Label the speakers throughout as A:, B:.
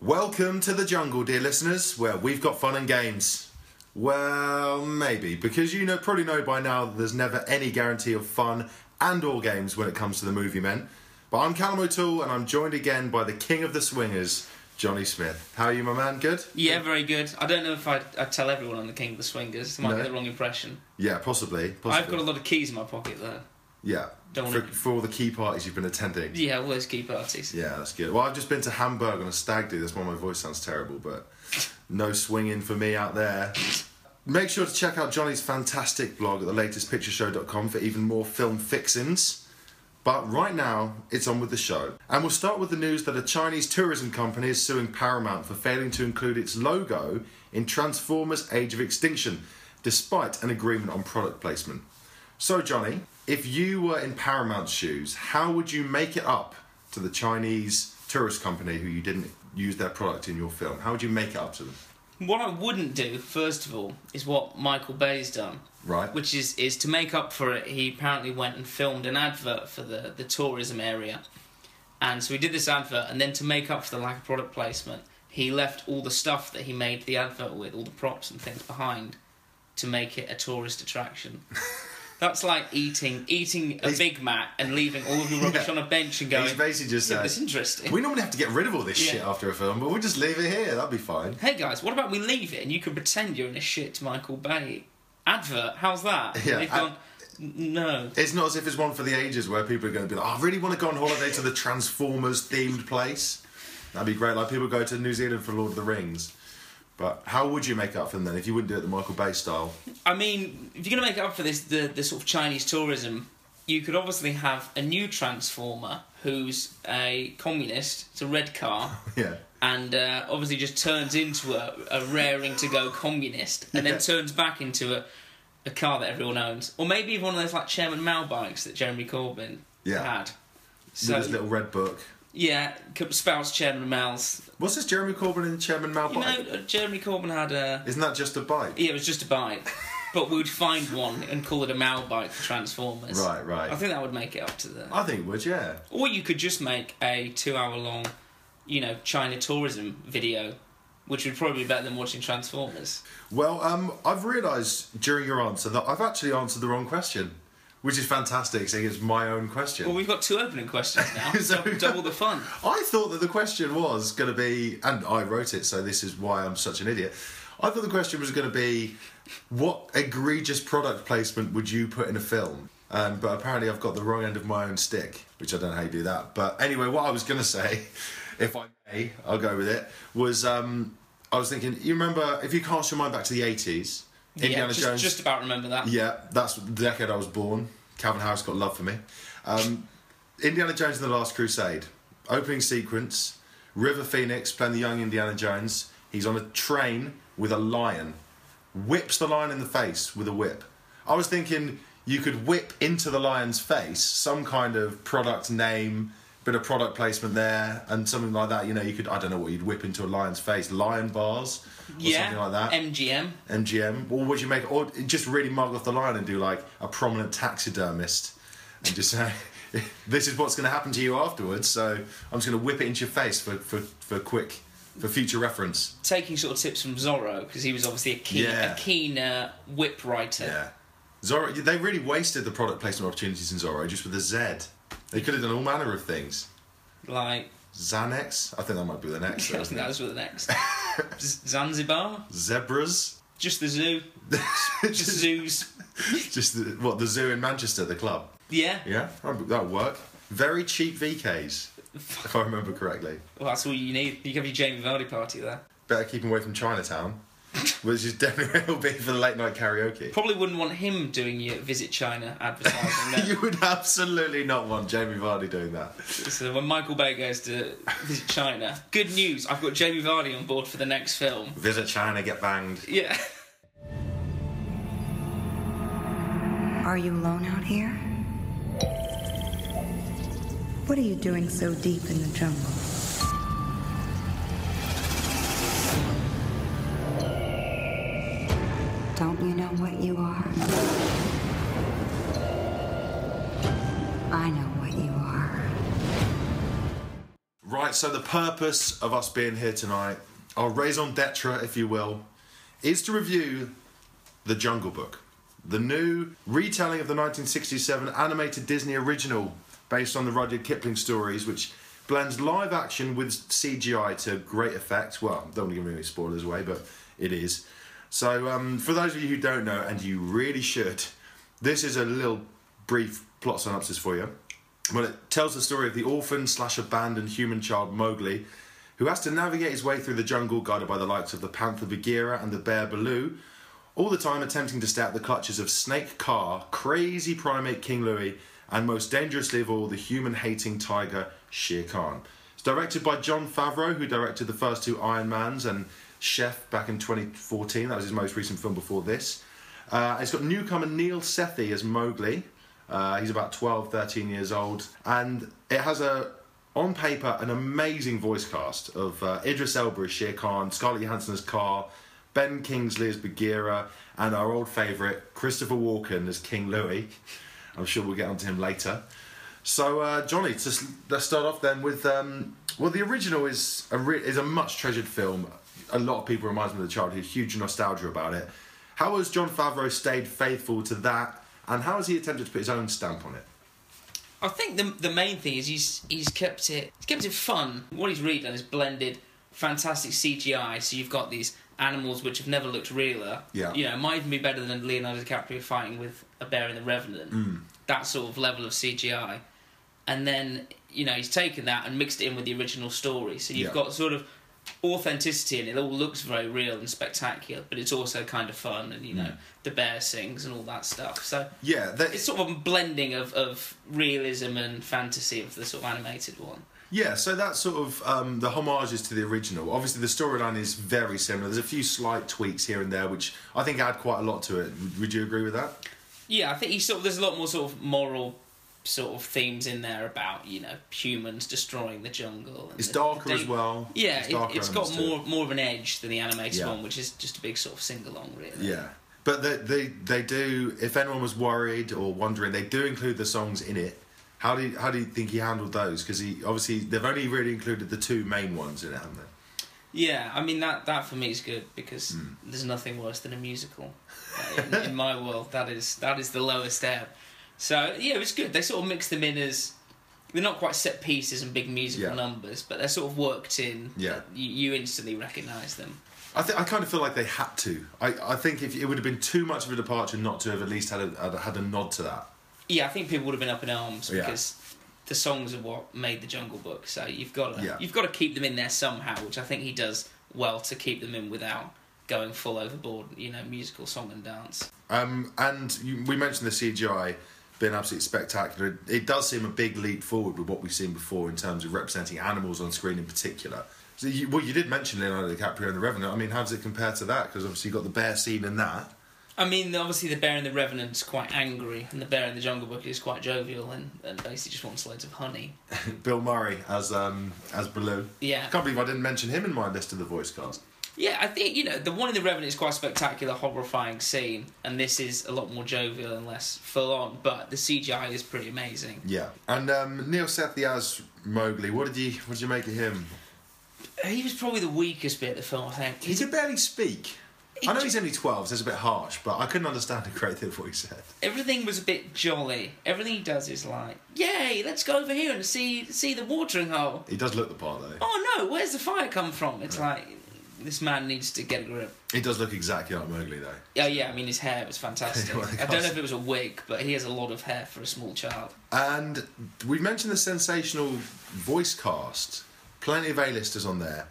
A: Welcome to the jungle, dear listeners, where we've got fun and games. Well, maybe, because you know probably know by now that there's never any guarantee of fun and or games when it comes to the movie men. But I'm Callum O'Toole and I'm joined again by the king of the swingers, Johnny Smith. How are you, my man? Good?
B: Yeah, very good. I don't know if I'd, I'd tell everyone I'm the king of the swingers. It might
A: No.
B: be the wrong impression.
A: Yeah, possibly. possibly.
B: I've got a lot of keys in my pocket there.
A: Yeah.
B: Don't
A: for,
B: wanna-
A: for all the key parties you've been attending.
B: Yeah, all those key parties.
A: Yeah, that's good. Well, I've just been to Hamburg on a stag do. That's why my voice sounds terrible, but no swinging for me out there. Make sure to check out Johnny's fantastic blog at thelatestpictureshow.com for even more film fixins. But right now, it's on with the show. And we'll start with the news that a Chinese tourism company is suing Paramount for failing to include its logo in Transformers Age of Extinction, despite an agreement on product placement. So, Johnny, if you were in Paramount's shoes, how would you make it up to the Chinese tourist company who you didn't use their product in your film? How would you make it up to them?
B: What I wouldn't do, first of all, is what Michael Bay's done,
A: Right?
B: which is, is to make up for it, he apparently went and filmed an advert for the, the tourism area. And so he did this advert, and then to make up for the lack of product placement, he left all the stuff that he made the advert with, all the props and things behind, to make it a tourist attraction. That's like eating eating a
A: He's-
B: Big Mac and leaving all of your rubbish
A: Yeah.
B: on a bench and
A: He's
B: going,
A: basically just
B: yeah,
A: saying,
B: that's interesting.
A: we normally have to get rid of all this
B: Yeah.
A: shit after a film, but we'll just leave it here. That'll be fine.
B: Hey guys, what about we leave it and you can pretend you're in a shit Michael Bay advert? How's that? And
A: Yeah,
B: They've
A: I-
B: gone, "N- no.
A: It's not as if it's one for the ages where people are going to be like, "Oh, I really want to go on holiday to the Transformers themed place. That'd be great. Like people go to New Zealand for Lord of the Rings. But how would you make up for them then if you wouldn't do it the Michael Bay style?
B: I mean, if you're going to make up for this, the, the sort of Chinese tourism, you could obviously have a new Transformer who's a communist, it's a red car,
A: Yeah.
B: and uh, obviously just turns into a, a raring to go communist and
A: Yeah.
B: then turns back into a, a car that everyone owns. Or maybe even one of those like Chairman Mao bikes that Jeremy Corbyn
A: Yeah.
B: had.
A: With his little red book.
B: Yeah, c- spouse Chairman Mal's.
A: What's this Jeremy Corbyn and Chairman Mao
B: You know,
A: bike?
B: uh, Jeremy Corbyn had a.
A: Isn't that just a bike?
B: Yeah, it was just a bike, but we would find one and call it a Mao bike for Transformers.
A: Right, right.
B: I think that would make it up to the.
A: I think it would, yeah.
B: Or you could just make a two-hour-long, you know, China tourism video, which would probably be better than watching Transformers.
A: Well, um, I've realised during your answer that I've actually answered the wrong question, which is fantastic, seeing it's my own question.
B: Well, we've got two opening questions now.
A: So-
B: double, double the fun.
A: I thought that the question was going to be, and I wrote it, so this is why I'm such an idiot. I thought the question was going to be, what egregious product placement would you put in a film? Um, but apparently, I've got the wrong end of my own stick, which I don't know how you do that. But anyway, what I was going to say, if I may, I'll go with it, was um, I was thinking, you remember, if you cast your mind back to the 80s,
B: yeah,
A: Indiana
B: just,
A: Jones.
B: just about remember that.
A: Yeah, that's the decade I was born. Calvin Harris got love for me. Um, Indiana Jones and the Last Crusade. Opening sequence. River Phoenix playing the young Indiana Jones. He's on a train with a lion. Whips the lion in the face with a whip. I was thinking you could whip into the lion's face some kind of product name, bit of product placement there, and something like that. You know, you could, I don't know what you'd whip into a lion's face. Lion bars or
B: Yeah,
A: something like that.
B: MGM.
A: MGM, or would you make, or just really mug off the line and do like a prominent taxidermist and just say, this is what's going to happen to you afterwards, so I'm just going to whip it into your face for, for, for quick, for future reference.
B: Taking sort of tips from Zorro because he was obviously a keen,
A: Yeah.
B: a keen uh, whip writer.
A: Yeah. Zorro, they really wasted the product placement opportunities in Zorro just with a Z. They could have done all manner of things.
B: Like
A: Xanax, I think that might be the next.
B: Yeah, I
A: isn't
B: think that
A: it?
B: was for the next. Z- Zanzibar?
A: Zebras,
B: Just the zoo? Just zoos?
A: just the, what the zoo in Manchester, the club.
B: Yeah.
A: Yeah, that'll work. Very cheap VKs, if I remember correctly.
B: Well, that's all you need. You can have your Jamie Vardy party there.
A: better keep him away from Chinatown, which is definitely where he'll be for the late night karaoke.
B: Probably wouldn't want him doing your Visit China advertising.
A: You would absolutely not want Jamie Vardy doing that.
B: no. So when Michael Bay goes to Visit China, good news, I've got Jamie Vardy on board for the next film.
A: Visit China, get banged.
B: Yeah.
C: Are you alone out here? What are you doing so deep in the jungle? Don't you know what you are? I know what you are.
A: Right, Right, so the purpose of us being here tonight, our raison d'etre, if you will, is to review The Jungle Book, the new retelling of the 1967 animated Disney original based on the Rudyard Kipling stories, which blends live action with CGI to great effect. Well, don't want to give any spoilers away, but it is. So, um, for those of you who don't know, and you really should, this is a little brief plot synopsis for you. Well, it tells the story of the orphan slash abandoned human child Mowgli, who has to navigate his way through the jungle guided by the likes of the panther Bagheera and the bear Baloo, all the time attempting to stay out the clutches of Snake Car, crazy primate King Louis, and most dangerously of all, the human hating tiger Shere Khan. It's directed by John Favreau, who directed the first two Iron Mans and Chef back in 2014. That was his most recent film before this. Uh, it's got newcomer Neil Sethi as Mowgli. Uh, he's about 12, 13 years old. And it has a, on paper, an amazing voice cast of uh, Idris Elba as Shere Khan, Scarlett Johansson as Carr, Ben Kingsley as Bagheera, and our old favourite, Christopher Walken as King Louis. I'm sure we'll get onto him later. So, uh, Johnny, to, s- let's start off then with. Um, well, the original is a re- is a much treasured film. A lot of people reminds me of the childhood. Huge nostalgia about it. How has John Favreau stayed faithful to that, and how has he attempted to put his own stamp on it?
B: I think the the main thing is he's he's kept it he's kept it fun. What he's really done is blended fantastic CGI. So you've got these animals which have never looked realer.
A: Yeah.
B: you know, it might even be better than Leonardo DiCaprio fighting with a bear in The Revenant.
A: Mm.
B: That sort of level of CGI, and then you know he's taken that and mixed it in with the original story. So you've
A: Yeah.
B: got sort of authenticity and it all looks very real and spectacular but it's also kind of fun and you know
A: Mm.
B: the bear sings and all that stuff so
A: Yeah, that,
B: it's sort of a blending of, of realism and fantasy of the sort of animated one.
A: Yeah, so that's sort of um, the homages to the original. Obviously, the storyline is very similar. There's a few slight tweaks here and there, which I think add quite a lot to it. Would- Would you agree with that?
B: Yeah, I think he sort of there's a lot more sort of moral sort of themes in there about you know humans destroying the jungle. And
A: It's
B: the-
A: darker
B: the
A: as
B: dan-
A: well.
B: Yeah,
A: There's
B: it,
A: darker
B: has got
A: elements to it.
B: more more of an edge than the animated
A: Yeah.
B: one, which is just a big sort of sing along, really.
A: Yeah, but they, they they do. If anyone was worried or wondering, they do include the songs in it. How do you, how do you think he handled those? Because he obviously they've only really included the two main ones in it, haven't they?
B: Yeah, I mean that that for me is good because
A: Hmm.
B: there's nothing worse than a musical. Uh, in, in my world, that is that is the lowest ebb. So yeah, it was good. They sort of mix them in as they're not quite set pieces and big musical
A: Yeah.
B: numbers, but they're sort of worked in.
A: Yeah.
B: you, you instantly recognise them.
A: I think I kind of feel like they had to. I, I think if it would have been too much of a departure not to have at least had a, had a, had a nod to that.
B: Yeah, I think people would have been up in arms
A: Yeah.
B: because the songs are what made the Jungle Book. So you've got to
A: Yeah.
B: you've got to keep them in there somehow, which I think he does well to keep them in without going full overboard. You know, musical song and dance.
A: Um, and you, we mentioned the CGI being absolutely spectacular. It does seem a big leap forward with what we've seen before in terms of representing animals on screen in particular. So you, well, you did mention Leonardo DiCaprio and The Revenant. I mean, how does it compare to that? Because obviously you've got the bear scene in that.
B: I mean, obviously, the bear in the Revenant's quite angry, and the bear in the Jungle Book is quite jovial and, and basically just wants loads of honey.
A: Bill Murray as um, as Baloo.
B: Yeah.
A: can't believe I didn't mention him in my list of the voice cast.
B: Yeah, I think, you know, the one in the Revenant is quite a spectacular, horrifying scene, and this is a lot more jovial and less full on, but the CGI is pretty amazing.
A: Yeah, and um, Neil Sethi as Mowgli. What did you what did you make of him?
B: He was probably the weakest bit of the film, I think.
A: He
B: He's-
A: could barely speak.
B: He
A: I know
B: ju-
A: he's only twelve, so it's a bit harsh, but I couldn't understand a great deal of what he said.
B: everything was a bit jolly. Everything he does is like, yay, let's go over here and see see the watering hole.
A: He does look the part though.
B: Oh no, where's the fire come from? It's like, this man needs to get a grip.
A: He does look exactly like Mowgli, though.
B: Yeah, Oh, yeah. I mean, his hair was fantastic.
A: Well, of
B: I don't
A: course.
B: know if it was a wig, but he has a lot of hair for a small child.
A: And we mentioned the sensational voice cast. Plenty of A-listers on there.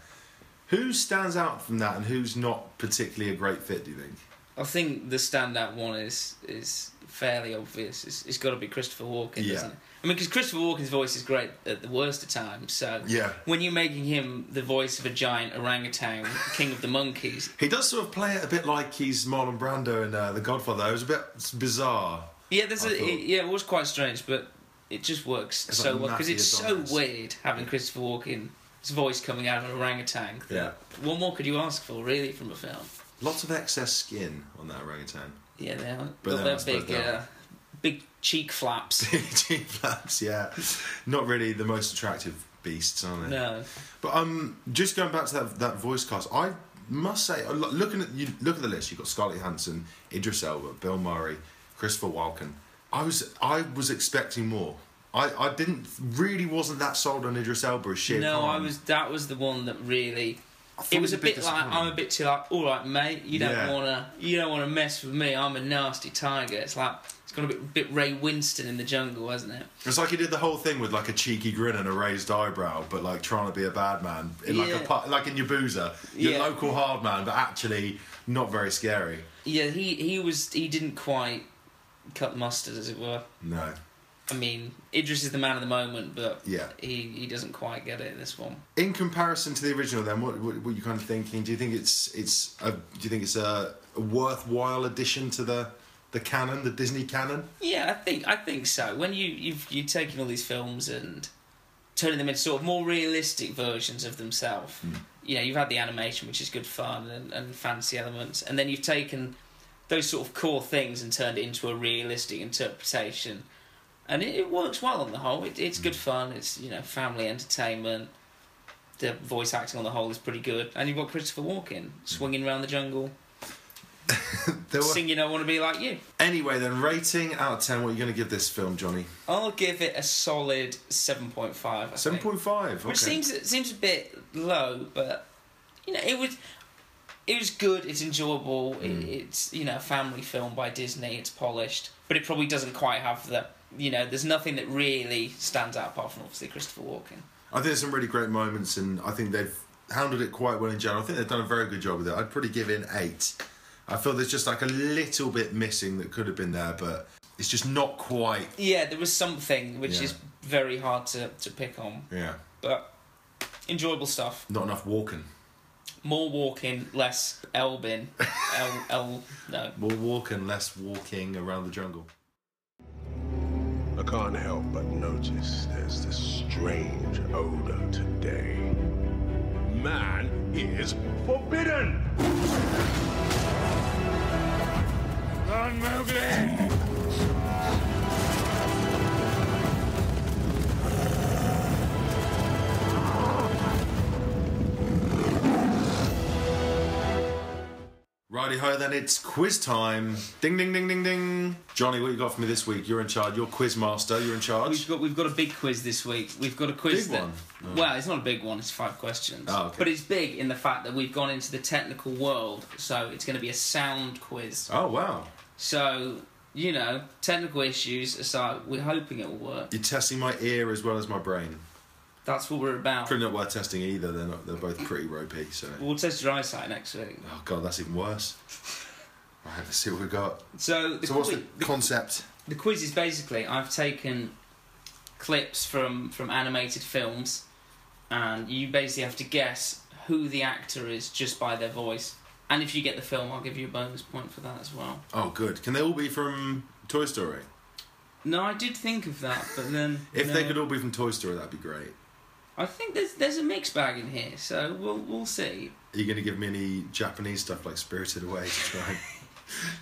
A: Who stands out from that, and who's not particularly a great fit? Do you think?
B: I think the standout one is is fairly obvious. It's, it's got to be Christopher Walken,
A: Yeah.
B: doesn't it? I mean, because Christopher Walken's voice is great at the worst of times. So
A: Yeah.
B: when you're making him the voice of a giant orangutan, king of the monkeys,
A: He does sort of play it a bit like he's Marlon Brando in uh, The Godfather. It was a bit bizarre.
B: yeah, there's
A: I
B: a,
A: thought-
B: it- yeah, it was quite strange, but it just works
A: It's
B: so
A: like
B: well because it's
A: Matthew
B: so
A: Adonis.
B: weird having Christopher Walken's voice coming out of an orangutan.
A: Yeah.
B: What more could you ask for, really, from a film?
A: Lots of excess skin on that orangutan.
B: Yeah, they are.
A: But
B: Got
A: then I
B: their
A: suppose
B: big,
A: they're-
B: uh, big cheek flaps.
A: Jean Flaps, yeah. Not really the most attractive beasts, aren't they?
B: No.
A: But um, just going back to that that voice cast, I must say, uh, lo- looking at you, look at the list. You've got Scarlett Johansson, Idris Elba, Bill Murray, Christopher Walken. I was I was expecting more. I, I didn't really wasn't that sold on Idris Elba as Shere
B: no, I
A: Khan.
B: was. That was the one that really.
A: thought
B: It was a bit like I'm a
A: disappointing.
B: bit too like, all right, mate. You don't
A: Yeah.
B: wanna, you don't wanna mess with me. I'm a nasty tiger. It's like it's gonna be a bit Ray Winston in the jungle, hasn't it?
A: It's like he did the whole thing with like a cheeky grin and a raised eyebrow, but like trying to be a bad man, in like a
B: Yeah.
A: pu- like in your boozer, your
B: Yeah.
A: local hard man, but actually not very scary.
B: Yeah, he he was. He didn't quite cut the mustard, as it were.
A: No,
B: I mean, Idris is the man of the moment, but
A: Yeah.
B: he he doesn't quite get it in this one.
A: in comparison to the original, then what what, what you kind of thinking? Do you think it's it's a, do you think it's a, a worthwhile addition to the the canon, the Disney canon?
B: Yeah, I think I think so. When you you've you've taken all these films and turning them into sort of more realistic versions of themselves.
A: Hmm.
B: You know, you've had the animation, which is good fun and, and fancy elements, and then you've taken those sort of core things and turned it into a realistic interpretation. And it, it works well on the whole. It, it's good
A: Hmm.
B: fun. It's you know family entertainment. The voice acting on the whole is pretty good, and you've got Christopher Walken swinging around the jungle,
A: Hmm. There were,
B: singing "I Want to Be Like You."
A: anyway, then rating out of ten, what are you going to give this film, Johnny?
B: I'll give it a solid seven point five.
A: Seven point five. Okay.
B: which seems it seems a bit low, but you know it was it was good. It's enjoyable.
A: Hmm.
B: It, it's you know a family film by Disney. It's polished, but it probably doesn't quite have the you know. There's nothing that really stands out apart from obviously Christopher Walken.
A: I think there's some really great moments, and I think they've handled it quite well in general. I think they've done a very good job with it. I'd probably give it an eight. I feel there's just like a little bit missing that could have been there, but it's just not quite.
B: Yeah, there was something which
A: Yeah.
B: is very hard to to pick on,
A: Yeah,
B: but enjoyable stuff.
A: not enough walking.
B: More walking, less Elbin. El, El, no.
A: More walking, less walking around the jungle.
D: I can't help but notice there's this strange odor today. Man is forbidden! Run, Mowgli!
A: Righty ho, then it's quiz time. Ding, ding, ding, ding, ding. Johnny, what you got for me this week? You're in charge. You're quiz master. You're in charge.
B: We've got we've got a big quiz this week. We've got a quiz
A: Big
B: that
A: one? Oh.
B: well, it's not a big one. It's five questions,
A: Oh, okay.
B: but it's big in the fact that we've gone into the technical world. So it's going to be a sound quiz.
A: Oh wow,
B: So you know, technical issues aside, we're hoping it will work.
A: you're testing my ear as well as my brain.
B: That's what we're about.
A: Probably not worth testing either. They're not. They're both pretty ropey. So.
B: We'll test your eyesight next week.
A: Oh god, that's even worse. Right, let's see what we've got.
B: So the,
A: So what's
B: qui-
A: the concept?
B: the quiz is basically I've taken clips from from animated films, and you basically have to guess who the actor is just by their voice. And if you get the film, I'll give you a bonus point for that as well.
A: Oh good. Can they all be from Toy Story?
B: No, I did think of that, but then
A: If they
B: no.
A: could all be from Toy Story, that'd be great.
B: I think there's there's a mixed bag in here, so we'll we'll see.
A: Are you going to give me any Japanese stuff like Spirited Away to try and,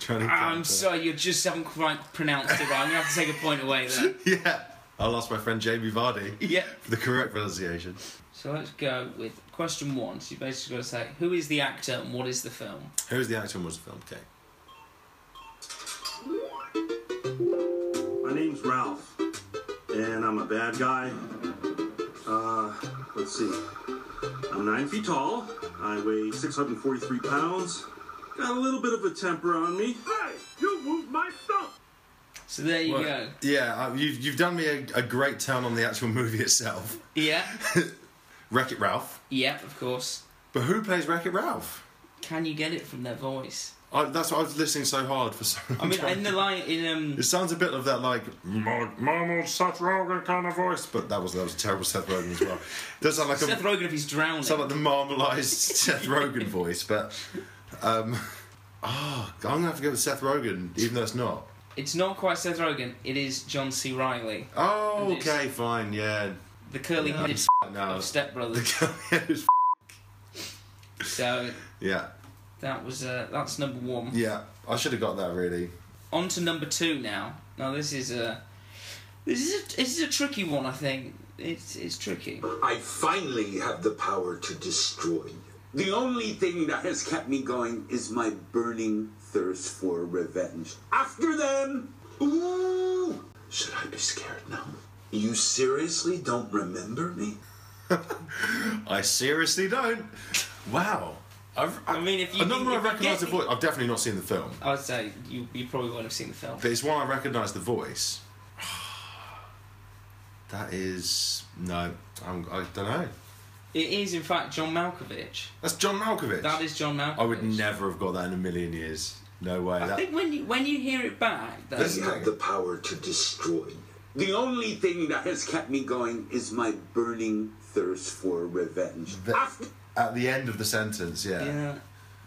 A: try and
B: I'm
A: counter?
B: sorry, you just haven't quite pronounced it right. I'm gonna have to take a point away there.
A: Yeah. I lost my friend Jamie Vardy
B: Yeah.
A: for the correct pronunciation.
B: So let's go with question one. So you basically got to say who is the actor and what is the film.
A: Who's the actor in what's the film? Okay.
E: My name's Ralph, and I'm a bad guy. Uh, let's see. I'm nine feet tall. I weigh 643 pounds. Got a little bit of a temper on me. Hey, you moved my stuff.
B: So there you
A: Well,
B: go.
A: Yeah, uh, you've, you've done me a, a great turn on the actual movie itself.
B: Yeah,
A: Wreck It Ralph.
B: yeah, of course.
A: But who plays Wreck It Ralph?
B: Can you get it from their voice?
A: I, that's what I was listening so hard for so long.
B: I mean, in the line in um,
A: It sounds a bit of that like "My- mom old Seth Rogen kind of voice, but that was that was a terrible Seth Rogen as well. Does sound like
B: Seth
A: a
B: Rogen if he's drowning.
A: sound like the marmalised Seth Rogen voice, but um, oh, I'm gonna have to go with Seth Rogen, even though it's not.
B: It's not quite Seth Rogen. It is John C. Riley,
A: Oh,
B: It is.
A: okay, fine, yeah.
B: the curly-headed
A: No,
B: of Step Brothers.
A: it was-
B: So
A: yeah,
B: that was uh, that's number one.
A: yeah. I should have got that really.
B: On to number two now. Now this is uh, This is a, this is a tricky one, I think. It's, it's tricky.
F: I finally have the power to destroy you. The only thing that has kept me going is my burning thirst for revenge. After them! Ooh! Should I be scared now? You seriously don't remember me?
A: I seriously don't. Wow. I've,
B: I mean, if you-
A: a number I
B: if you
A: recognise the
B: get-
A: voice. I've definitely not seen the film,
B: I would say you, you probably won't have seen the film.
A: but it's one I recognise the voice. That is no, I'm, I don't know.
B: It is, in fact, John Malkovich.
A: That's John Malkovich.
B: That is John Malkovich.
A: I would never have got that in a million years. No way.
B: I
A: that,
B: think when you when you hear it back, though,
A: This-
F: You have the power to destroy you. The only thing that has kept me going is my burning thirst for revenge.
A: that-
F: After
A: at the end of the sentence, yeah.
B: yeah.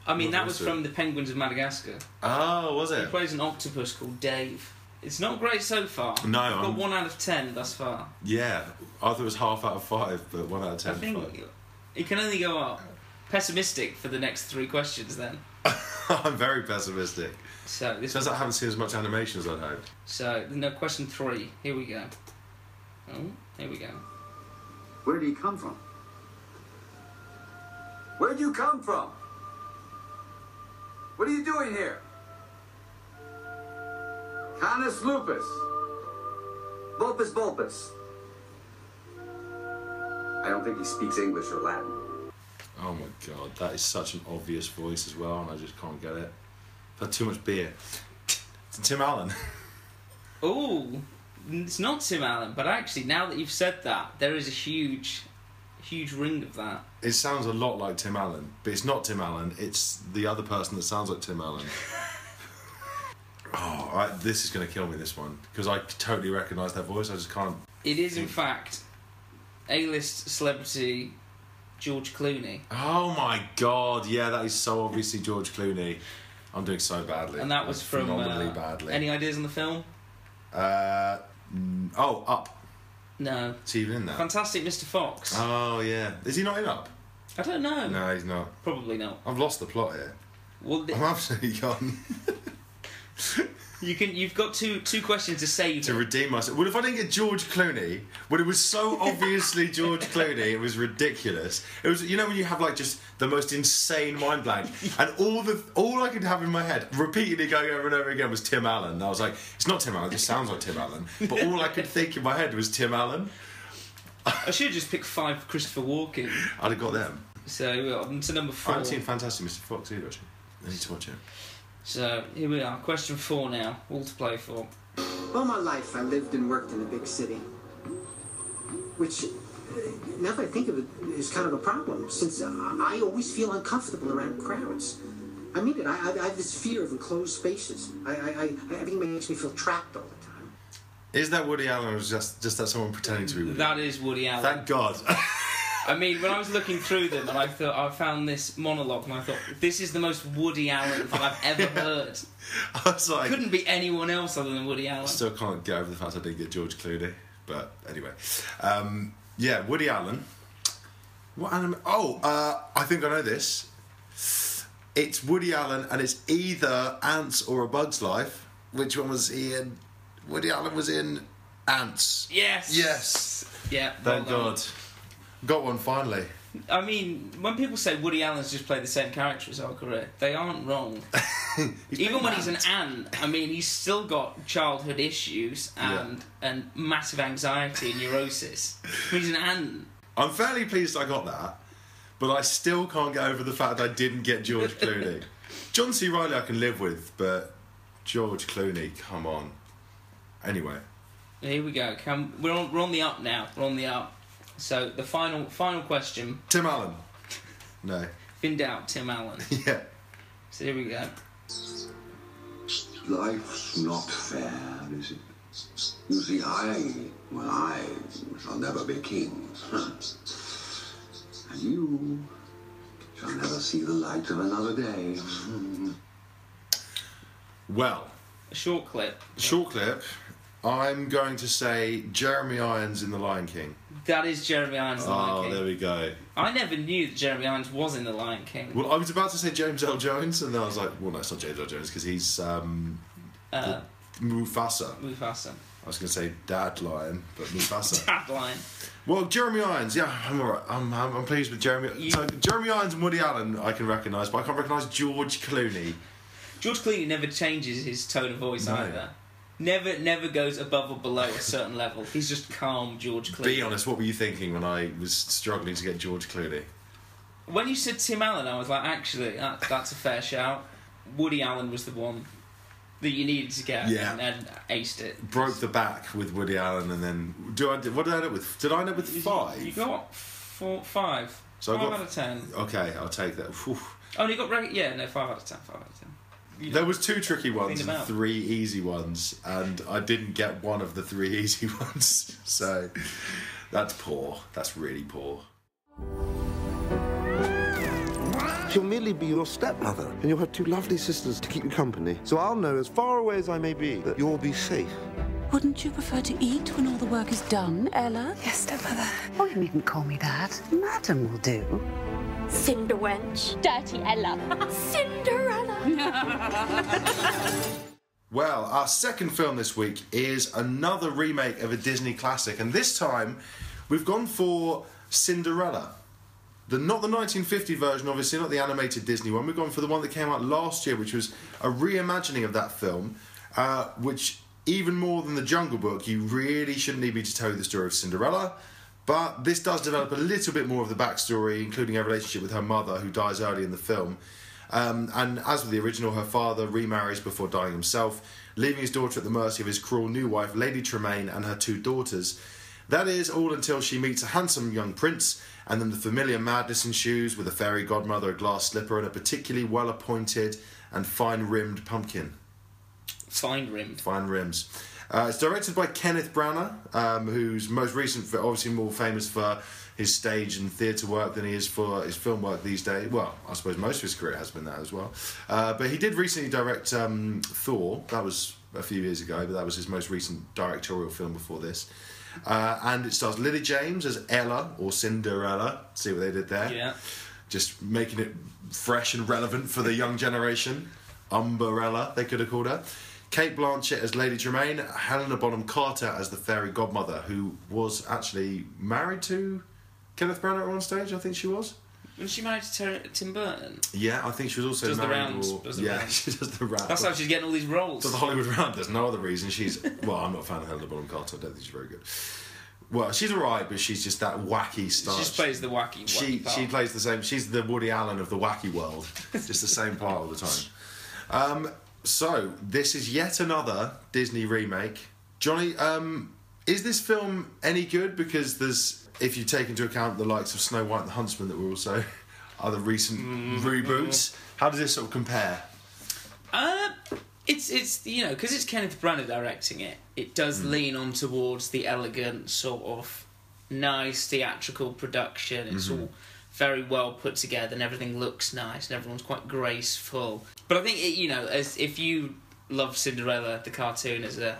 B: I mean,
A: What
B: that was
A: was it?
B: from the Penguins of Madagascar.
A: Oh, was it?
B: He plays an octopus called Dave. It's not great so far.
A: No,
B: I've got
A: I'm-
B: one out of ten thus far.
A: Yeah. Arthur was half out of five, but one out of
B: I
A: ten.
B: think it can only go up. Pessimistic for the next three questions, then.
A: I'm very pessimistic.
B: So this
A: Says I haven't seen as much animation as I'd hoped.
B: So, no, question three. Here we go. Oh, here we go.
F: Where do you come from? Where do you come from? What are you doing here? Canis lupus. Vulpus vulpus. I don't think he speaks English or Latin.
A: Oh my god, that is such an obvious voice as well, and I just can't get it. I've had too much beer. It's Tim Allen.
B: Oh, it's not Tim Allen, but actually, now that you've said that, there is a huge, huge ring of that.
A: It sounds a lot like Tim Allen, but it's not Tim Allen. It's the other person that sounds like Tim Allen. oh, I, this is going to kill me. This one because I totally recognise that voice. I just can't.
B: It is, in fact, A-list celebrity George Clooney,
A: Oh my god! Yeah, that is so obviously George Clooney. I'm doing so badly.
B: and that was
A: I'm
B: from.
A: phenomenally
B: uh,
A: badly.
B: Any ideas on the film?
A: Uh, mm, oh, up.
B: No.
A: Is he even in that?
B: Fantastic Mr. Fox.
A: Oh yeah. Is he not in up?
B: I don't know.
A: No, he's not.
B: Probably not.
A: I've lost the plot here.
B: Well, th-
A: I'm absolutely gone.
B: you can. You've got two two questions to save.
A: to
B: it.
A: redeem myself. Well, if I didn't get George Clooney, when it was so obviously George Clooney, it was ridiculous. It was, you know, when you have like just the most insane mind blank, and all the all I could have in my head, repeatedly going over and over again, was Tim Allen. And I was like, it's not Tim Allen. It just sounds like Tim Allen. But all I could think in my head was Tim Allen.
B: I should have just picked five Christopher Walken.
A: I'd have got them.
B: So on to number
A: I
B: four.
A: haven't seen Fantastic Mr. Fox either. Actually, I need to watch it.
B: So here we are. Question four now. All to play for.
G: All my life, I lived and worked in a big city, which, uh, now that I think of it, is kind of a problem since I I always feel uncomfortable around crowds. I mean it. I, I, I have this fear of enclosed spaces. I, I, I everything makes me feel trapped all the time.
A: Is that Woody Allen, or is just just that someone pretending to be Woody?
B: That is Woody Allen.
A: Thank God.
B: I mean, when I was looking through them, and I thought I found this monologue, and I thought this is the most Woody Allen thing I've ever heard.
A: I was like,
B: Couldn't be anyone else other than Woody Allen.
A: Still can't get over the fact I didn't get George Clooney. But anyway, um, yeah, Woody Allen. What anime? Oh, uh, I think I know this. It's Woody Allen, and it's either Ants or A Bug's Life. Which one was he in? Woody Allen was in Ants.
B: Yes.
A: Yes.
B: Yeah.
A: Thank
B: well done.
A: God. Got one finally.
B: I mean, when people say Woody Allen's just played the same character his whole career, they aren't wrong. Even when he's an ant, I mean, he's still got childhood issues and and massive anxiety and neurosis. he's an ant.
A: I'm fairly pleased I got that, but I still can't get over the fact I didn't get George Clooney. John C. Riley I can live with, but George Clooney, come on. Anyway,
B: Here we go. Come, we're on we're on the up now. We're on the up. So the final final question.
A: Tim Allen. No.
B: In doubt, Tim Allen.
A: Yeah.
B: So here we go.
F: Life's not fair, is it? You see, I, well, I shall never be king. and you shall never see the light of another day.
A: Well,
B: A short clip.
A: short clip. I'm going to say Jeremy Irons in The Lion King.
B: That is Jeremy Irons. The
A: oh,
B: Lion King.
A: there we go.
B: I never knew that Jeremy Irons was in The Lion King.
A: Well, I was about to say James L. Jones, and then I was like, well, no, it's not James L. Jones because he's um,
B: Uh,
A: Mufasa.
B: Mufasa.
A: I was going to say Dad Lion, but Mufasa.
B: Bad line.
A: well, Jeremy Irons, yeah, I'm alright. I'm, I'm, I'm pleased with Jeremy. So, Jeremy Irons and Woody Allen, I can recognise, but I can't recognise George Clooney.
B: George Clooney never changes his tone of voice
A: No.
B: either. Never, never goes above or below a certain level. He's just calm, George Clooney.
A: Be honest, what were you thinking when I was struggling to get George Clooney?
B: When you said Tim Allen, I was like, actually, that, that's a fair shout. Woody Allen was the one that you needed to get,
A: Yeah.
B: and, and aced it.
A: Broke the back with Woody Allen, and then do I? What did I end up with? Did I end up with five?
B: You got four, five.
A: So I
B: five
A: got-
B: out of ten.
A: Okay, I'll take that. Phew.
B: Oh, you got reg- yeah, no, five out of ten. Five out of ten.
A: There was two tricky ones
B: Clean them
A: and
B: out.
A: three easy ones, and I didn't get one of the three easy ones. So that's poor. That's really poor.
H: She'll merely be your stepmother, and you'll have two lovely sisters to keep you company. So I'll know, as far away as I may be, that you'll be safe.
I: Wouldn't you prefer to eat when all the work is done, Ella?
C: Yes, stepmother.
J: Oh, you needn't call me that. Madam will do.
K: Cinder wench. Dirty Ella. Cinderella.
A: Well, our second film this week is another remake of a Disney classic, and this time we've gone for Cinderella. The, not the 1950 version, obviously, not the animated Disney one. We've gone for the one that came out last year, which was a reimagining of that film, uh, which, even more than The Jungle Book, you really shouldn't need me to tell you the story of Cinderella. But this does develop a little bit more of the backstory, including her relationship with her mother, who dies early in the film. Um, and as with the original, her father remarries before dying himself, leaving his daughter at the mercy of his cruel new wife, Lady Tremaine, and her two daughters. That is all until she meets a handsome young prince, and then the familiar madness ensues with a fairy godmother, a glass slipper, and a particularly well appointed and fine rimmed pumpkin.
B: Fine rimmed.
A: Fine rims. Uh, it's directed by Kenneth Branagh, um, who's most recent, for, obviously more famous for his stage and theatre work than he is for his film work these days. Well, I suppose most of his career has been that as well. Uh, but he did recently direct um, Thor. That was a few years ago, but that was his most recent directorial film before this. Uh, and it stars Lily James as Ella or Cinderella. See what they did there?
B: Yeah.
A: just making it fresh and relevant for the young generation. Umbrella, they could have called her. Kate Blanchett as Lady Tremaine, Helena Bonham Carter as the fairy godmother, who was actually married to Kenneth Branagh at one stage. I think she was.
B: When she married to Ter- Tim Burton,
A: Yeah, I think she was also
B: Does the
A: married.
B: rounds,
A: or-
B: does the
A: yeah,
B: rounds.
A: she does the round.
B: that's how she's getting all these roles.
A: Does the Hollywood round. There's no other reason. She's well, I'm not a fan of Helena Bonham Carter. I don't think she's very good. Well, she's alright, but she's just that wacky
B: She
A: star.
B: just plays the wacky. wacky
A: she
B: part.
A: she plays the same. She's the Woody Allen of the wacky world. Just the same part all the time. Um, so this is yet another Disney remake. Johnny, um, is this film any good? Because there's, if you take into account the likes of Snow White and the Huntsman, that were also other recent reboots. How does this sort of compare?
B: Uh, it's it's you know because it's Kenneth Branagh directing it. It does
A: Hmm.
B: lean on towards the elegant sort of nice theatrical production. It's
A: Mm-hmm.
B: all very well put together, and everything looks nice, and everyone's quite graceful. But I think it, you know, as if you love Cinderella the cartoon as a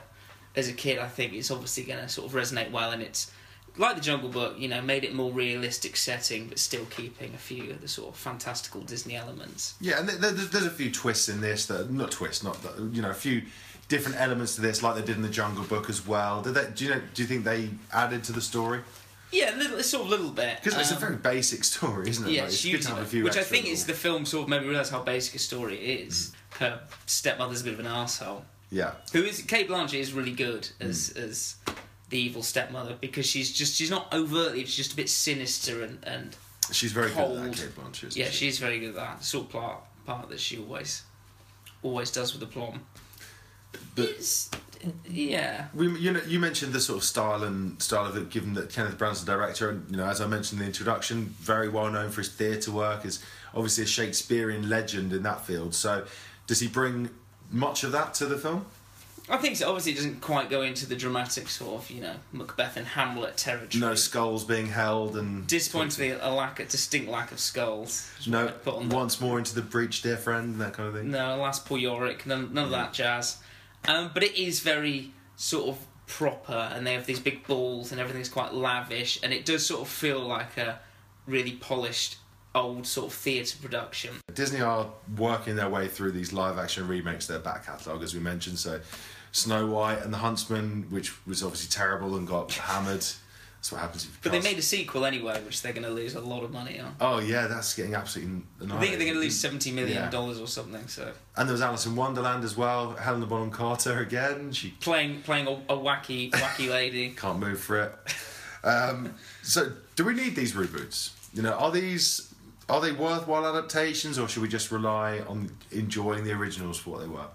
B: as a kid, I think it's obviously going to sort of resonate well, and it's like the Jungle Book, you know, made it more realistic setting, but still keeping a few of the sort of fantastical Disney elements.
A: Yeah, and th- th- there's a few twists in this that not twists, not that- you know a few different elements to this, like they did in the Jungle Book as well. Did they, do you know? Do you think they added to the story?
B: Yeah, a little, sort of little bit.
A: Because it's a
B: Um,
A: very basic story, isn't it?
B: Yeah,
A: Like, it's
B: she
A: good to
B: uses
A: have a
B: it,
A: few
B: which I
A: extra
B: think is the
A: little-
B: film sort of made me realise how basic a story it is.
A: Mm.
B: Her stepmother's a bit of an asshole.
A: yeah.
B: Who is Kate Blanchett is really good
A: Mm.
B: as as the evil stepmother because she's just she's not overtly she's just a bit sinister and and
A: She's very good at
B: cold.
A: that, Kate Blanchett. isn't
B: yeah
A: she?
B: she's very good at that sort of part part that she always always does with aplomb.
A: But
B: It's yeah
A: we, you know, you mentioned the sort of style and style of it, given that Kenneth Branagh's the director, and you know, as I mentioned in the introduction, very well known for his theatre work, is obviously a Shakespearean legend in that field. So, does he bring much of that to the film?
B: I think so. Obviously, it doesn't quite go into the dramatic sort of you know Macbeth and Hamlet territory.
A: No skulls being held and
B: Disappointingly, a lack, a distinct lack of skulls. is what
A: No,
B: I'd put on that.
A: once more into the breach, dear friend, and that kind of thing.
B: No, last Paul Yorick, none, none of that jazz. Um, but it is very sort of proper, and they have these big balls, and everything's quite lavish, and it does sort of feel like a really polished old sort of theatre production.
A: Disney are working their way through these live action remakes, of their back catalogue, as we mentioned. So Snow White and the Huntsman, which was obviously terrible and got hammered. That's what happens. If you
B: But they
A: cast-
B: made a sequel anyway, which they're going to lose a lot of money on.
A: Oh yeah, that's getting absolutely.
B: I think they're going to lose seventy million
A: Yeah.
B: dollars or something. So
A: And there was Alice in Wonderland as well. Helena Bonham Carter again. She
B: playing playing a, a wacky wacky lady.
A: can't move for it. Um, so, do we need these reboots? You know, are these are they worthwhile adaptations, or should we just rely on enjoying the originals for what they were?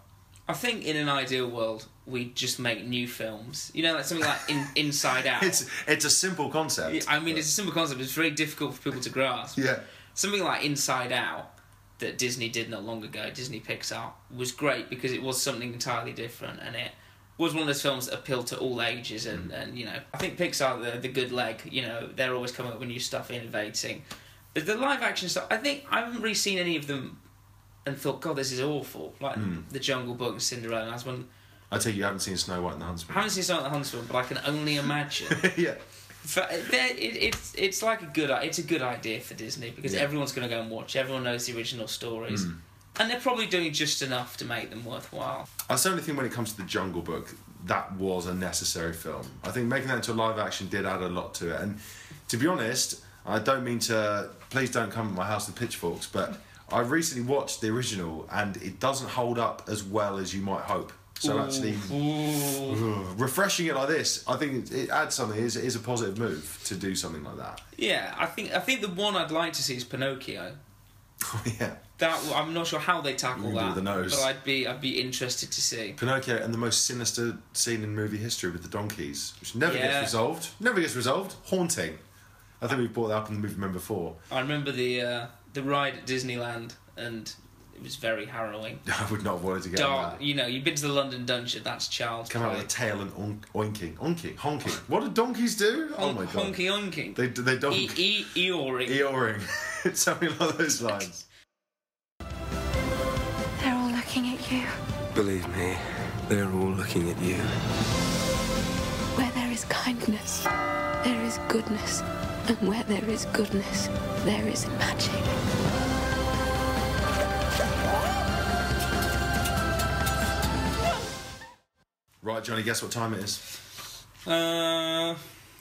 B: I think in an ideal world, we just make new films. You know, like something like in, Inside Out.
A: It's it's a simple concept.
B: Yeah, I mean, it's a simple concept. It's very difficult for people to grasp.
A: Yeah.
B: Something like Inside Out that Disney did not long ago, Disney Pixar, was great because it was something entirely different and it was one of those films that appealed to all ages and,
A: Mm.
B: and you know, I think Pixar, the, the good leg, you know, they're always coming up with new stuff, innovating. But the live action stuff, I think I haven't really seen any of them and thought, God, this is awful. Like
A: Mm.
B: The Jungle Book and Cinderella. And I was wondering,
A: I take it you haven't seen Snow White and the
B: I
A: Huntsman.
B: haven't seen Silent Huntsman, but I can only imagine.
A: yeah.
B: For, there, it, it's it's like a good it's a good idea for Disney because
A: Yeah.
B: everyone's going to go and watch. Everyone knows the original stories,
A: Mm.
B: and they're probably doing just enough to make them worthwhile.
A: I certainly think when it comes to the Jungle Book, that was a necessary film. I think making that into a live action did add a lot to it. And to be honest, I don't mean to. Please don't come to my house with pitchforks, but I recently watched the original, and it doesn't hold up as well as you might hope. So
B: Ooh.
A: actually,
B: Ooh.
A: refreshing it like this, I think it, it adds something. It is, it is a positive move to do something like that.
B: Yeah, I think I think the one I'd like to see is Pinocchio.
A: yeah.
B: That I'm not sure how they tackle
A: You can do
B: that,
A: the nose.
B: but I'd be I'd be interested to see.
A: Pinocchio and the most sinister scene in movie history with the donkeys, which never
B: Yeah.
A: gets resolved. Never gets resolved. Haunting. I think we brought that up in the movie member four.
B: I remember the uh, the ride at Disneyland, and it was very harrowing.
A: I would not have wanted to get on
B: Dark, you know, you've been to the London Dungeon. That's child's
A: that. Come out
B: play.
A: with a tail and oink, oinking, oinking, honking. What do donkeys do? oh my god.
B: Honky honking.
A: They they donk.
B: E- e- Eoring.
A: Eoring. Something along those lines.
K: They're all looking at you.
L: Believe me, they're all looking at you.
I: Where there is kindness, there is goodness. And where there is goodness, there is magic.
A: Right, Johnny, guess what time it is?
B: Uh,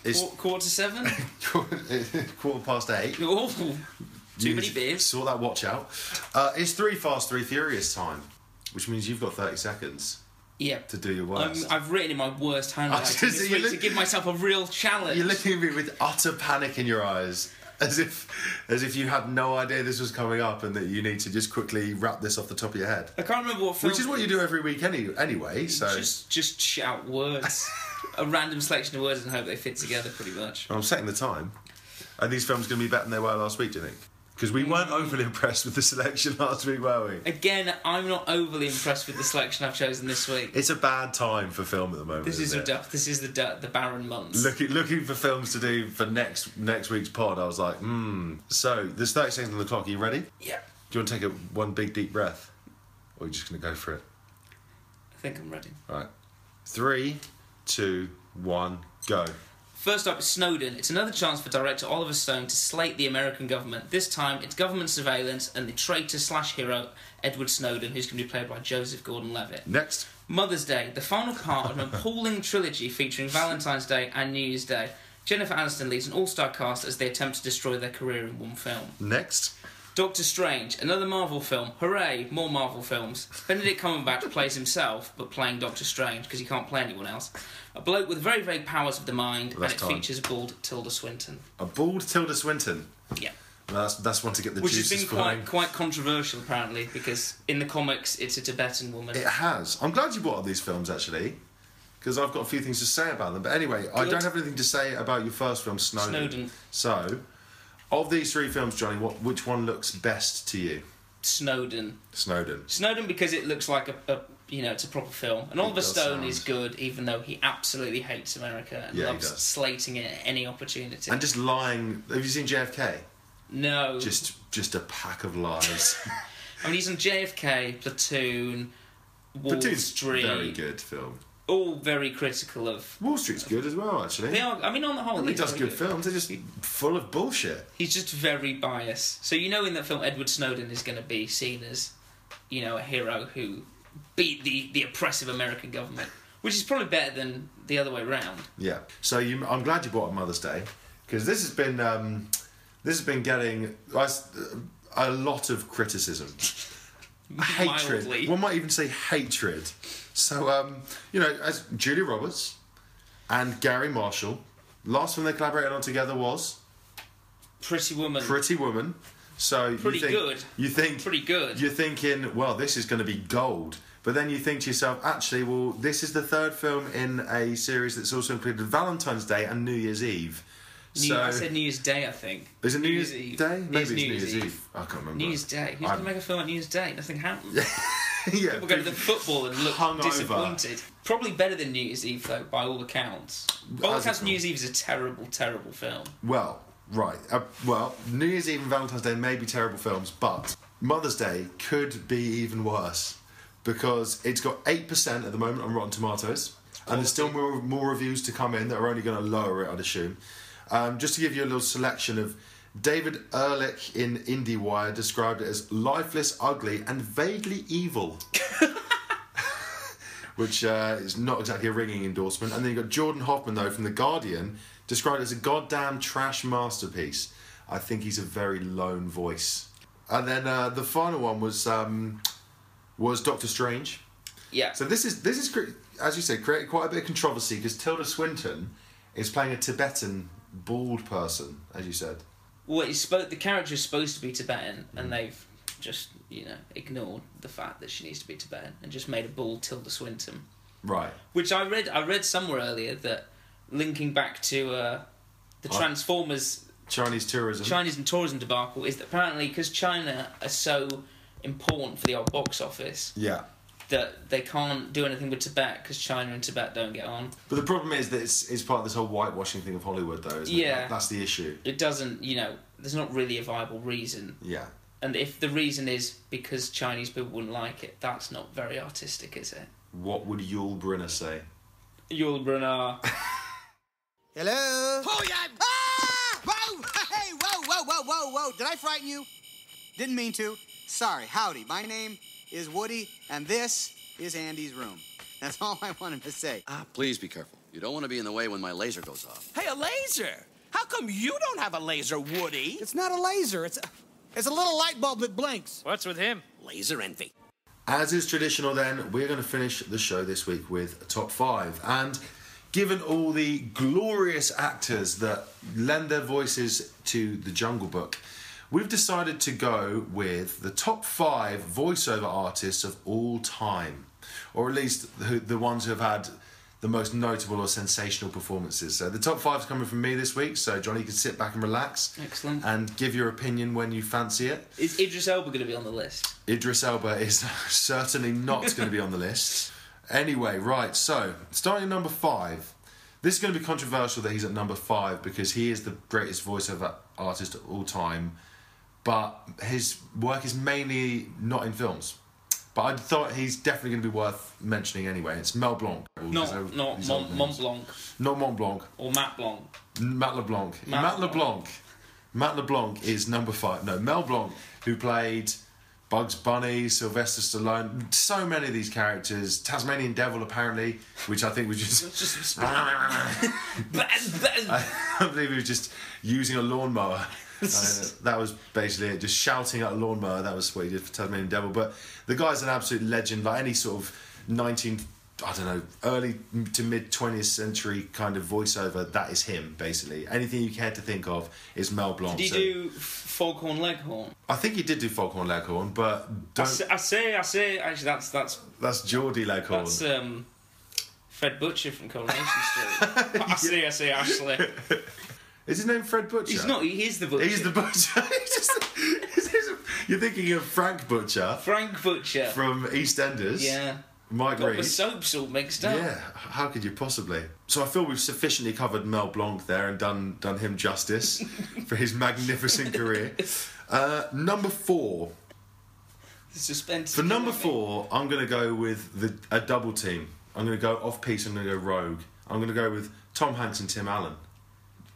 A: It's-
B: quar- quarter to seven.
A: Quarter past eight.
B: Oh, too many
A: You Sort that watch out. Uh, it's three fast, three furious time, which means you've got 30 seconds
B: yeah.
A: to do your
B: I'm,
A: worst.
B: I've written in my worst
A: I
B: handwriting
A: was gonna
B: this
A: say, you
B: week to
A: look-
B: give myself a real challenge.
A: You're looking at me with utter panic in your eyes, as if as if you had no idea this was coming up and that you need to just quickly wrap this off the top of your head.
B: I can't remember what film.
A: Which is what you do every week any, anyway, so
B: Just, just shout words, a random selection of words, and hope they fit together pretty much.
A: I'm setting the time. Are these films going to be better than they were last week, do you think? Because we weren't overly impressed with the selection last week, were we?
B: Again, I'm not overly impressed with the selection I've chosen this week.
A: It's a bad time for film at the moment.
B: This is
A: isn't
B: a
A: it?
B: duff. This is the du- the barren months.
A: Looking, looking for films to do for next next week's pod, I was like, hmm. So there's 30 seconds on the clock. Are you ready?
B: Yeah.
A: Do you want to take a, one big deep breath, or are you just going to go for it?
B: I think I'm ready.
A: All right. Three, two, one, go.
B: First up is Snowden. It's another chance for director Oliver Stone to slate the American government. This time, it's government surveillance and the traitor slash hero Edward Snowden, who's going to be played by Joseph Gordon-Levitt.
A: Next.
B: Mother's Day, the final part of an appalling trilogy featuring Valentine's Day and New Year's Day. Jennifer Aniston leads an all-star cast as they attempt to destroy their career in one film.
A: Next.
B: Doctor Strange, another Marvel film. Hooray, more Marvel films. Benedict Cumberbatch plays himself, but playing Doctor Strange because he can't play anyone else. A bloke with very vague powers of the mind,
A: That's
B: and it
A: time.
B: features bald Tilda Swinton.
A: A bald Tilda Swinton.
B: Yeah.
A: Well, that's that's one to get the
B: Which has
A: juices
B: been
A: flowing.
B: quite quite controversial apparently because in the comics it's a Tibetan woman.
A: It has. I'm glad you brought up these films actually, because I've got a few things to say about them. But anyway, I
B: Good.
A: don't have anything to say about your first film, Snowden.
B: Snowden.
A: So, of these three films, Johnny, what which one looks best to you?
B: Snowden.
A: Snowden.
B: Snowden because it looks like a, a you know it's a proper film,
A: It
B: and Oliver
A: does
B: Stone
A: sound-
B: is good even though he absolutely hates America and
A: Yeah, he
B: loves
A: does.
B: slating it at any opportunity.
A: And just lying. Have you seen JFK?
B: no,
A: Just just a pack of lies.
B: I mean he's on JFK, Platoon, Wall
A: Platoon's
B: Street,
A: very good film.
B: all very critical of.
A: Wall Street's good as well, actually.
B: They are. I mean, on the whole,
A: He
B: he's
A: does
B: very
A: good films. They're just full of bullshit.
B: He's just very biased. So you know, in that film, Edward Snowden is going to be seen as, you know, a hero who beat the the oppressive American government. which is probably better than the other way round.
A: Yeah. So you, I'm glad you brought up Mother's Day because this has been um, this has been getting us- a lot of criticism, hatred.
B: Mildly.
A: One might even say hatred. So um, you know, as Julia Roberts and Gary Marshall, last film they collaborated on together was
B: Pretty Woman.
A: Pretty Woman. So
B: Pretty
A: you think,
B: good.
A: You think
B: Pretty good.
A: You're thinking, well, this is going to be gold. But then you think to yourself, actually, well, this is the third film in a series that's also included Valentine's Day and New Year's Eve.
B: New,
A: so
B: I said New Year's Day, I think.
A: is it New, Year's,
B: Eve.
A: Day?
B: It
A: Maybe
B: is
A: it's New Year's Eve. I can't remember.
B: New Year's Day. Who's
A: I'm-
B: going to make a film on New Year's Day? Nothing happens.
A: yeah,
B: People go to the football and look
A: hungover.
B: disappointed. Probably better than New Year's Eve, though, by all accounts. By all
A: As a
B: accounts,
A: film.
B: New Year's Eve is a terrible, terrible film.
A: Well, right. Uh, well, New Year's Eve and Valentine's Day may be terrible films, but Mother's Day could be even worse because it's got 8% at the moment on Rotten Tomatoes, and there's still more, more reviews to come in that are only going to lower it, I'd assume. Um, just to give you a little selection of David Ehrlich in IndieWire described it as lifeless, ugly, and vaguely evil which uh, is not exactly a ringing endorsement. And then you've got Jordan Hoffman, though, from The Guardian, described as a goddamn trash masterpiece. I think he's a very lone voice. And then uh, the final one was um, was Doctor Strange.
B: Yeah.
A: So this is this is cre- as you say created quite a bit of controversy because Tilda Swinton is playing a Tibetan bald person, as you said.
B: Well, it's spo- the character is supposed to be Tibetan, and they've just, you know, ignored the fact that she needs to be Tibetan and just made a bald Tilda Swinton.
A: Right.
B: Which I read, I read somewhere earlier that linking back to uh, the
A: Oh.
B: Transformers
A: Chinese tourism.
B: Chinese and tourism debacle is that apparently because China are so important for the old box office
A: Yeah.
B: that they can't do anything with Tibet because China and Tibet don't get on.
A: But the problem is that it's, it's part of this whole whitewashing thing of Hollywood, though, isn't it?
B: Yeah.
A: That- That's the issue.
B: It doesn't, you know, there's not really a viable reason.
A: Yeah.
B: And if the reason is because Chinese people wouldn't like it, that's not very artistic, is it?
A: What would Yul Brynner say?
B: Yul Brynner.
M: Hello? Oh, yeah! Ah! Whoa! Hey, whoa, whoa, whoa, whoa, whoa! Did I frighten you? Didn't mean to. Sorry, howdy. My name is Woody, and this is Andy's room. That's all I wanted to say.
N: Please be careful. You don't want to be in the way when my laser goes off.
M: Hey, a laser! How come you don't have a laser, Woody? It's not a laser. It's a, it's a little light bulb that blinks. What's with him? Laser envy.
A: As is traditional, then, we're going to finish the show this week with a top five. And given all the glorious actors that lend their voices to The Jungle Book, we've decided to go with the top five voiceover artists of all time, or at least who- the ones who have had the most notable or sensational performances. So the top five's coming from me this week, so Johnny, you can sit back and relax.
B: Excellent.
A: And give your opinion when you fancy it.
B: Is Idris Elba going to be on the list?
A: Idris Elba is certainly not going to be on the list. Anyway, right, so starting at number five. This is going to be controversial that he's at number five because he is the greatest voiceover artist of all time, but his work is mainly not in films. But I thought he's definitely going to be worth mentioning anyway. It's Mel Blanc.
B: Not, not
A: These
B: Mont,
A: old
B: Mont
A: names.
B: Blanc
A: Not Mont Blanc.
B: or Matt Blanc.
A: Matt LeBlanc. Matt,
B: Matt
A: LeBlanc. Matt LeBlanc is number five. No, Mel Blanc, who played Bugs Bunny, Sylvester Stallone, so many of these characters. Tasmanian Devil, apparently, which I think was just. I believe he was just using a lawnmower. Uh, that was basically it, just shouting at a lawnmower. That was what he did for Tasmanian Devil. But the guy's an absolute legend, like any sort of 19, I don't know, early to mid 20th century kind of voiceover. That is him, basically. Anything you care to think of is Mel Blanc.
B: Did he
A: So-
B: do Foghorn Leghorn?
A: I think he did do Foghorn Leghorn, but
B: I
A: don't.
B: say, I say, I say, actually, that's that's
A: That's Geordie Leghorn.
B: that's um, Fred Butcher from Coronation Street. I say, I say, Ashley.
A: Is his name Fred Butcher?
B: He's not. He is the butcher.
A: He's the butcher. He's just- he's- he's- You're thinking of Frank Butcher.
B: Frank Butcher.
A: From EastEnders.
B: Yeah.
A: Mike
B: Got the
A: Reed.
B: soaps all mixed up.
A: Yeah, how could you possibly? So I feel we've sufficiently covered Mel Blanc there and done done him justice for his magnificent career. Uh, number four.
B: Suspense.
A: For number four, I'm going to go with the, a double team. I'm going to go off piece. I'm going to go rogue. I'm going to go with Tom Hanks and Tim Allen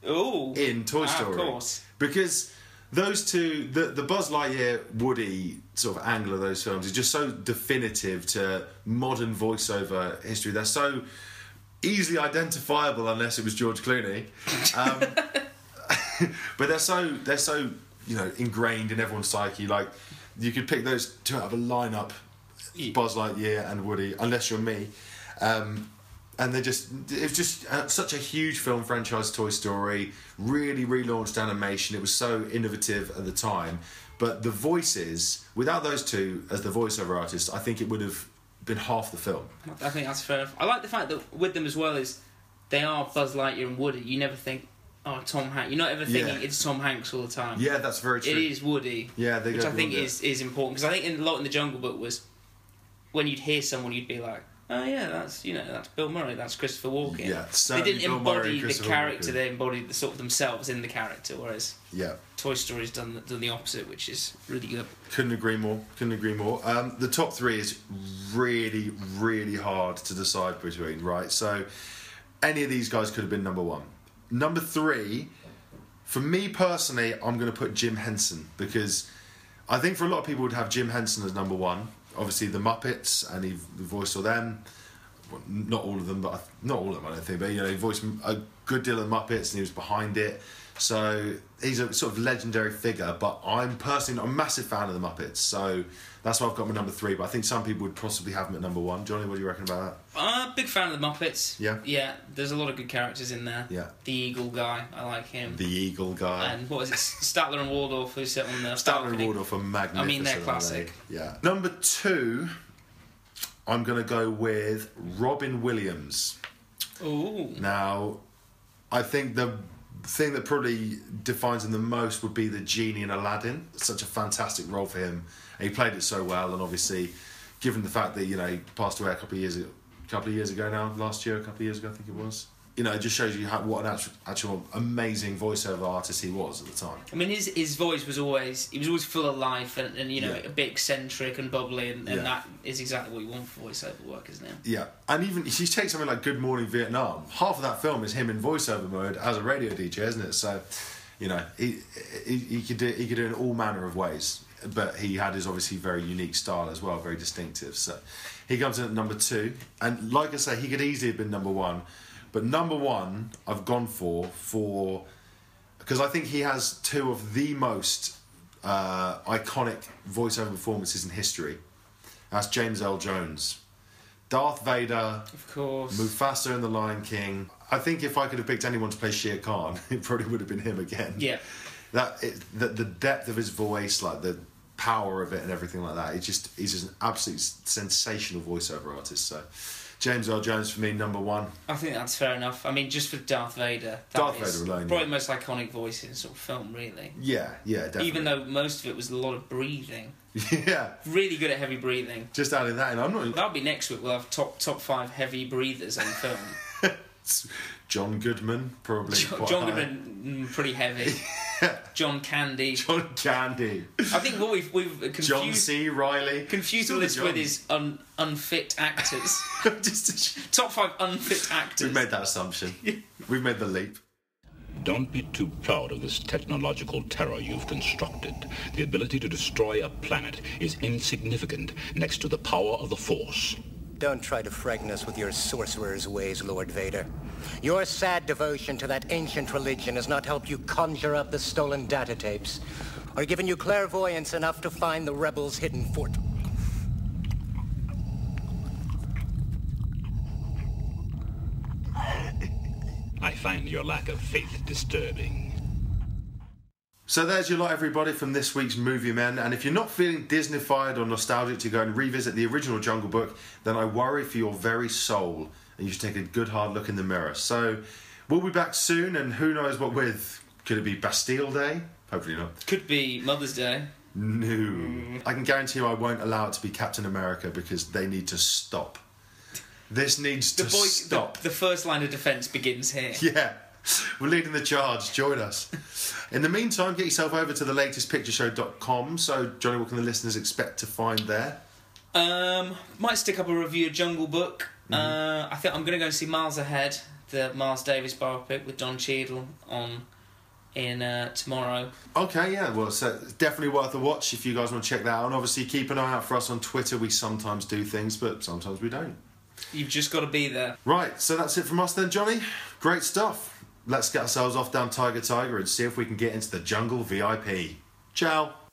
B: Ooh.
A: in Toy
B: Ah,
A: Story.
B: Of course.
A: Because those two, the, the Buzz Lightyear Woody sort of angle of those films is just so definitive to modern voiceover history. They're so easily identifiable, unless it was George Clooney. Um, but they're so they're so you know ingrained in everyone's psyche. Like you could pick those two out of a lineup, Buzz Lightyear and Woody, unless you're me. Um, and they just it was just uh, such a huge film franchise toy story really relaunched animation it was so innovative at the time but the voices without those two as the voiceover artists i think it would have been half the film
B: I think that's fair enough. I like the fact that with them as well is they are Buzz Lightyear and Woody. You never think, oh, Tom Hanks. You're not ever thinking
A: Yeah.
B: it's Tom Hanks all the time.
A: yeah that's very true
B: It is Woody.
A: Yeah, they
B: which
A: go
B: I think
A: beyond it.
B: is is important because I think in, a lot in the Jungle Book was when you'd hear someone, you'd be like, oh yeah, that's you know that's Bill Murray, that's Christopher Walken.
A: Yeah,
B: they
A: certainly
B: didn't
A: Bill Murray and
B: embody the
A: Christopher
B: character;
A: Walken.
B: they embodied the sort of themselves in the character. Whereas
A: yeah
B: Toy Story's done the, done the opposite, which is really good.
A: Couldn't agree more. Couldn't agree more. Um, the top three is really, really hard to decide between, right? So, any of these guys could have been number one. Number three, for me personally, I'm going to put Jim Henson because I think for a lot of people would have Jim Henson as number one. Obviously, the Muppets, and he voiced all them. Well, not all of them, but I th- not all of them, I don't think. But you know, he voiced a good deal of Muppets, and he was behind it. So he's a sort of legendary figure. But I'm personally not a massive fan of the Muppets, so that's why I've got my number three. But I think some people would possibly have him at number one. Johnny, what do you reckon about
B: I'm a big fan of the Muppets.
A: Yeah.
B: yeah. There's a lot of good characters in there.
A: that? Yeah,
B: The Eagle guy, I like him.
A: the Eagle guy.
B: and what is it, Statler and Waldorf who sit on the
A: Statler and
B: balcony.
A: Waldorf are magnificent.
B: I mean, they're
A: aren't
B: classic.
A: they? Yeah. Number two, I'm going to go with Robin Williams.
B: Ooh.
A: Now, I think the thing that probably defines him the most would be the genie in Aladdin. Such a fantastic role for him. And he played it so well, and obviously, given the fact that you know he passed away a couple of years, a couple of years ago now, last year, a couple of years ago, I think it was. You know, it just shows you how, what an actual, actual amazing voiceover artist he was at the time.
B: I mean, his his voice was always he was always full of life and, and you know
A: Yeah.
B: a bit eccentric and bubbly and, and
A: Yeah.
B: that is exactly what you want for voiceover work, isn't it?
A: Yeah, and even if you take something like Good Morning Vietnam, half of that film is him in voiceover mode as a radio DJ, isn't it? So, you know, he he, he could do he could do it in all manner of ways, but he had his obviously very unique style as well, very distinctive. So, he comes in at number two, and like I say, he could easily have been number one, but number one I've gone for for because I think he has two of the most uh, iconic voiceover performances in history. That's James L. Jones. Darth Vader,
B: Of course.
A: Mufasa and the Lion King. I think if I could have picked anyone to play Shere Khan, it probably would have been him again.
B: Yeah.
A: That it, the, the depth of his voice, like the power of it, and everything like that. It just he's just an absolute sensational voiceover artist. So, James L. Jones for me, number one.
B: I think that's fair enough. I mean, just for Darth Vader, that
A: Darth
B: is
A: Vader alone,
B: probably
A: yeah.
B: the most iconic voice in sort of film, really.
A: Yeah, yeah, definitely.
B: Even though most of it was a lot of breathing,
A: yeah,
B: really good at heavy breathing.
A: just adding that in, I'm not
B: That'll be next week. We'll have top top five heavy breathers on film.
A: John Goodman, probably.
B: John,
A: quite
B: John
A: high.
B: Goodman, mm, pretty heavy. John Candy.
A: John Candy.
B: I think what we've we've confused
A: John C. Riley.
B: confused
A: Still
B: all
A: the
B: this with
A: Johns.
B: is un, unfit actors.
A: Just
B: top five unfit actors.
A: We've made that assumption. We've made the leap.
O: Don't be too proud of this technological terror you've constructed. The ability to destroy a planet is insignificant next to the power of the Force.
P: Don't try to frighten us with your sorcerer's ways, Lord Vader. Your sad devotion to that ancient religion has not helped you conjure up the stolen data tapes, or given you clairvoyance enough to find the rebels' hidden fort.
O: I find your lack of faith disturbing.
A: So there's your lot, everybody, from this week's Movie Men. And if you're not feeling Disneyfied or nostalgic to go and revisit the original Jungle Book, then I worry for your very soul. And you should take a good hard look in the mirror. So we'll be back soon, and who knows what with? Could it be Bastille Day? Hopefully not.
B: Could be Mother's Day.
A: No. I can guarantee you I won't allow it to be Captain America because they need to stop. This needs
B: The
A: to
B: boy,
A: stop.
B: The, the first line of defence begins here.
A: Yeah. We're leading the charge. Join us. In the meantime, get yourself over to the latestpictureshow.com. So, Johnny, what can the listeners expect to find there?
B: Um, might stick up a review of Jungle Book. Uh, I think I'm going to go and see Miles Ahead, the Miles Davis biopic with Don Cheadle on in uh, tomorrow.
A: Okay, yeah, well, so it's definitely worth a watch if you guys want to check that out. And obviously, keep an eye out for us on Twitter. We sometimes do things, but sometimes we don't.
B: You've just got to be there.
A: Right, so that's it from us then, Johnny. Great stuff. Let's get ourselves off down Tiger Tiger and see if we can get into the jungle VIP. Ciao.